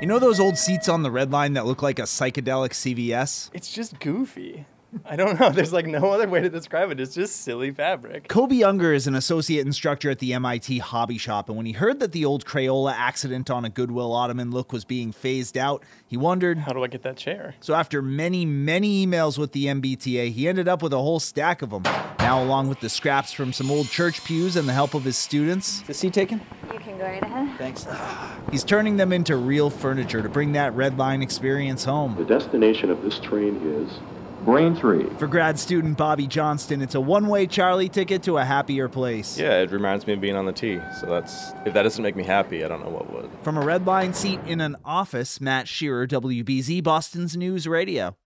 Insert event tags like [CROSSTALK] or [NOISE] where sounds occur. You know those old seats on the red line that look like a psychedelic CVS? It's just goofy. I don't know. [LAUGHS] There's like no other way to describe it. It's just silly fabric. Kobe Unger is an associate instructor at the MIT Hobby Shop, and when he heard that the old Crayola accident on a Goodwill Ottoman look was being phased out, he wondered. How do I get that chair? So, after many, many emails with the MBTA, he ended up with a whole stack of them. Now, along with the scraps from some old church pews and the help of his students, Is the seat taken? You can go right ahead. Thanks. he's turning them into real furniture to bring that red line experience home. The destination of this train is Braintree. For grad student Bobby Johnston, it's a one way Charlie ticket to a happier place. Yeah, it reminds me of being on the tee. So that's if that doesn't make me happy, I don't know what would. From a red line seat in an office, Matt Shearer, WBZ, Boston's News Radio.